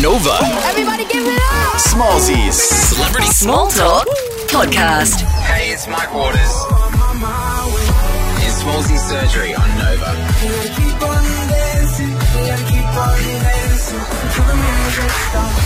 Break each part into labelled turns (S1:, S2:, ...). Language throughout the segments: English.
S1: Nova.
S2: Everybody give it up!
S1: Smallsies.
S3: Celebrity Small Talk Podcast.
S4: Hey, it's Mike Waters. It's Smallsy Surgery on Nova.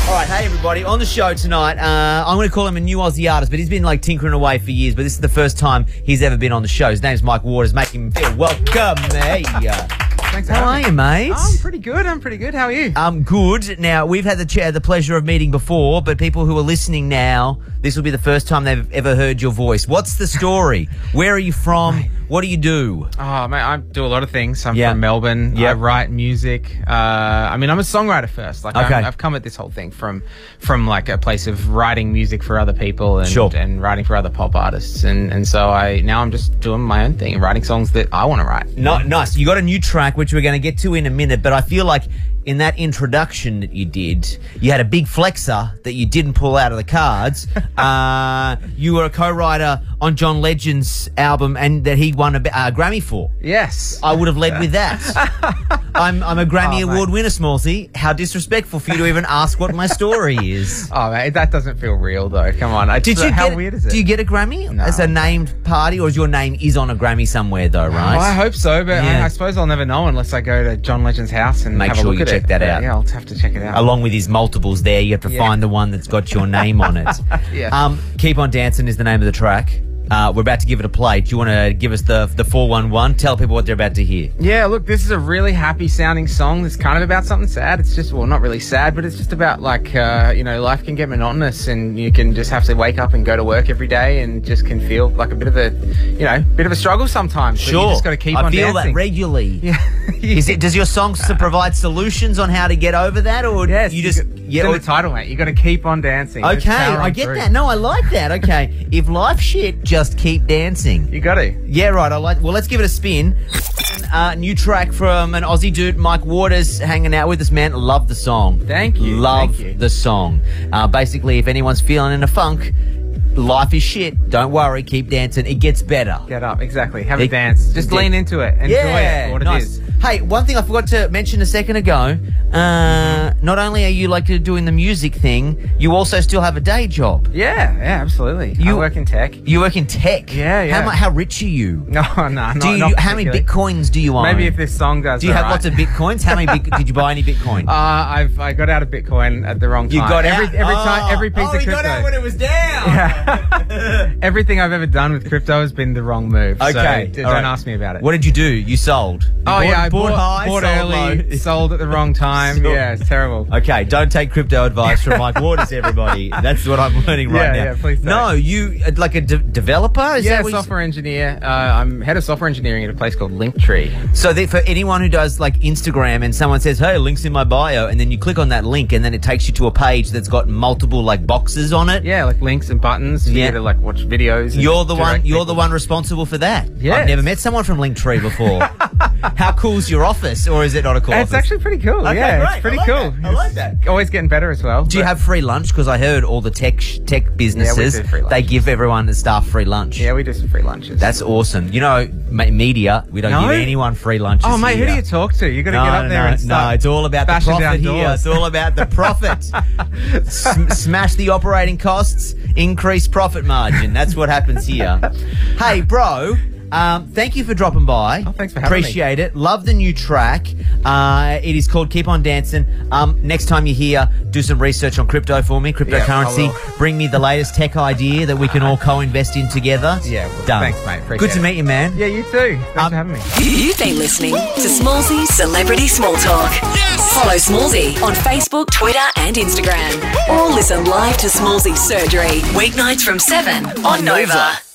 S5: All right, hey everybody, on the show tonight, uh, I'm going to call him a new Aussie artist, but he's been like tinkering away for years. But this is the first time he's ever been on the show. His name's Mike Waters. Make him feel welcome. Hey, uh,
S6: Thanks,
S5: how are you, mate?
S6: I'm pretty good. I'm pretty good. How are you?
S5: I'm good. Now we've had the chair, the pleasure of meeting before, but people who are listening now, this will be the first time they've ever heard your voice. What's the story? Where are you from? What do you do?
S6: Oh, mate, I do a lot of things. I'm
S5: Yeah.
S6: from Melbourne.
S5: Yeah.
S6: I write music. Uh, I mean, I'm a songwriter first. Like,
S5: Okay.
S6: I'm, I've come at this whole thing from from like a place of writing music for other people and
S5: Sure.
S6: and writing for other pop artists. And and so I now I'm just doing my own thing and writing songs that I want to write.
S5: No, nice. You got a new track, which we're going to get to in a minute, but I feel like in that introduction that you did, you had a big flexor that you didn't pull out of the cards. uh, you were a co writer on John Legend's album and that he won a b- uh, Grammy for.
S6: Yes.
S5: I would have led with that. I'm, I'm a Grammy
S6: Oh, mate.
S5: Award winner, Smallsy. How disrespectful for you to even ask what my story is.
S6: Oh, mate, that doesn't feel real though. Come on. I,
S5: Did you
S6: how
S5: get,
S6: weird is it?
S5: Do you get a Grammy as a named party, or is your name is on a Grammy somewhere though? Right?
S6: Well, I hope so, but
S5: Yeah.
S6: I, I suppose I'll never know unless I go to John Legend's house and
S5: Make
S6: have
S5: sure
S6: a look
S5: you
S6: at
S5: check
S6: it.
S5: that
S6: But,
S5: out.
S6: Yeah, I'll have to check it out.
S5: along with his multiples there you have to
S6: Yeah.
S5: find the one that's got your name on it
S6: Yeah.
S5: um, keep on dancing is the name of the track uh, we're about to give it a play do you want to give us the the 411 tell people what they're about to hear
S6: Yeah, look, this is a really happy sounding song that's kind of about something sad. It's just, well, not really sad, but it's just about like, uh, you know, life can get monotonous and you can just have to wake up and go to work every day and just can feel like a bit of a, you know, bit of a struggle sometimes. but You just got to keep
S5: i
S6: on
S5: feel
S6: dancing.
S5: that regularly
S6: yeah. Uh,
S5: Is it, does your song s- provide solutions on how to get over that or
S6: Yes,
S5: you just
S6: got-
S5: yeah,
S6: it's in
S5: or-
S6: the title, mate. You got to keep on dancing. Just
S5: okay
S6: power
S5: i
S6: on
S5: get
S6: through.
S5: that no i like that okay if life shit just keep dancing
S6: You got to.
S5: Yeah, right. I like. Well, let's give it a spin. Uh, new track from an Aussie dude, Mike Waters, hanging out with us, man. Love the song.
S6: Thank you,
S5: Love
S6: thank you.
S5: the song. Uh, basically, if anyone's feeling in a funk, life is shit. Don't worry, keep dancing. It gets better.
S6: Get up. Exactly. Have a
S5: It-
S6: dance. Just
S5: it-
S6: lean into it. Enjoy
S5: yeah,
S6: it. for What
S5: nice.
S6: it is.
S5: Hey, one thing I forgot to mention a second ago. Uh, not only are you like doing the music thing, you also still have a day job.
S6: Yeah, yeah, absolutely. You
S5: You-
S6: I work in tech.
S5: You work in tech.
S6: Yeah, yeah.
S5: How, mu- how rich are you?
S6: No, no, not,
S5: do you,
S6: not
S5: how many
S6: particularly.
S5: bitcoins do you own?
S6: Maybe if this song goes.
S5: Do you have
S6: alright.
S5: lots of bitcoins? How many bit- did you buy any bitcoin?
S6: Uh, I've I got out of Bitcoin at the wrong time.
S5: you got
S6: every
S5: out-
S6: every
S5: Oh.
S6: time every piece of
S5: oh, we
S6: crypto.
S5: got out when it was down.
S6: Yeah. Everything I've ever done with crypto has been the wrong move. so
S5: Okay,
S6: d-
S5: all
S6: don't
S5: right.
S6: ask me about it.
S5: What did you do? You sold. You
S6: oh yeah, I
S5: bought
S6: bought,
S5: high,
S6: bought
S5: sold
S6: early,
S5: low.
S6: sold at the wrong time.
S5: Sold-
S6: Yeah, it's terrible.
S5: Okay, don't take crypto advice from Mike Waters, everybody. That's what I'm learning right
S6: Yeah,
S5: now.
S6: yeah, please don't.
S5: No, you uh, like a de- developer? Is
S6: yeah,
S5: that what you-
S6: software engineer. Uh, I'm head of software engineering at a place called Linktree.
S5: So that for anyone who does like Instagram and someone says, "Hey, links in my bio," and then you click on that link, and then it takes you to a page that's got multiple like boxes on it.
S6: Yeah, like links and buttons.
S5: Yeah.
S6: You to like watch videos. and
S5: You're the one.
S6: direct
S5: You're the
S6: people.
S5: one responsible for that. I've
S6: Yes.
S5: never met someone from Linktree before. How cool's your office, or is it not a cool
S6: It's
S5: office?
S6: actually pretty cool.
S5: Okay,
S6: yeah,
S5: great. I
S6: it's pretty
S5: like
S6: cool.
S5: that. I like
S6: It's
S5: that.
S6: Always getting better as well.
S5: do you
S6: but-
S5: have free lunch? Because I heard all the tech sh- tech businesses
S6: do free lunch.
S5: they give everyone the staff free lunch.
S6: Yeah, we do some free lunches.
S5: that's awesome. You know, ma- media we don't
S6: No?
S5: give anyone free lunches.
S6: Oh mate, who do
S5: here.
S6: you talk to? You got to
S5: no,
S6: get up
S5: no,
S6: there
S5: no,
S6: and start.
S5: no, it's all about the
S6: bashing
S5: profit
S6: down
S5: here.
S6: doors.
S5: It's all about the profit. Sm- smash the operating costs, increase profit margin. That's what happens here. hey, bro. Um, thank you for dropping by.
S6: Oh, thanks for having me.
S5: Appreciate it. Love the new track. Uh, it is called Keep On Dancing. Um, next time you're here, do some research on crypto for me, cryptocurrency.
S6: Yeah, I
S5: Bring me the latest tech idea that we can all co-invest in together.
S6: Yeah, well,
S5: done.
S6: thanks, mate. Appreciate
S5: Good to
S6: it.
S5: meet you, man.
S6: Yeah, you too. Thanks
S5: Um,
S6: for having me.
S3: You've been listening to Smallsy Celebrity Small Talk. Follow Smallsy on Facebook, Twitter, and Instagram. Or listen live to Smallsy Surgery, weeknights from 7 on Nova.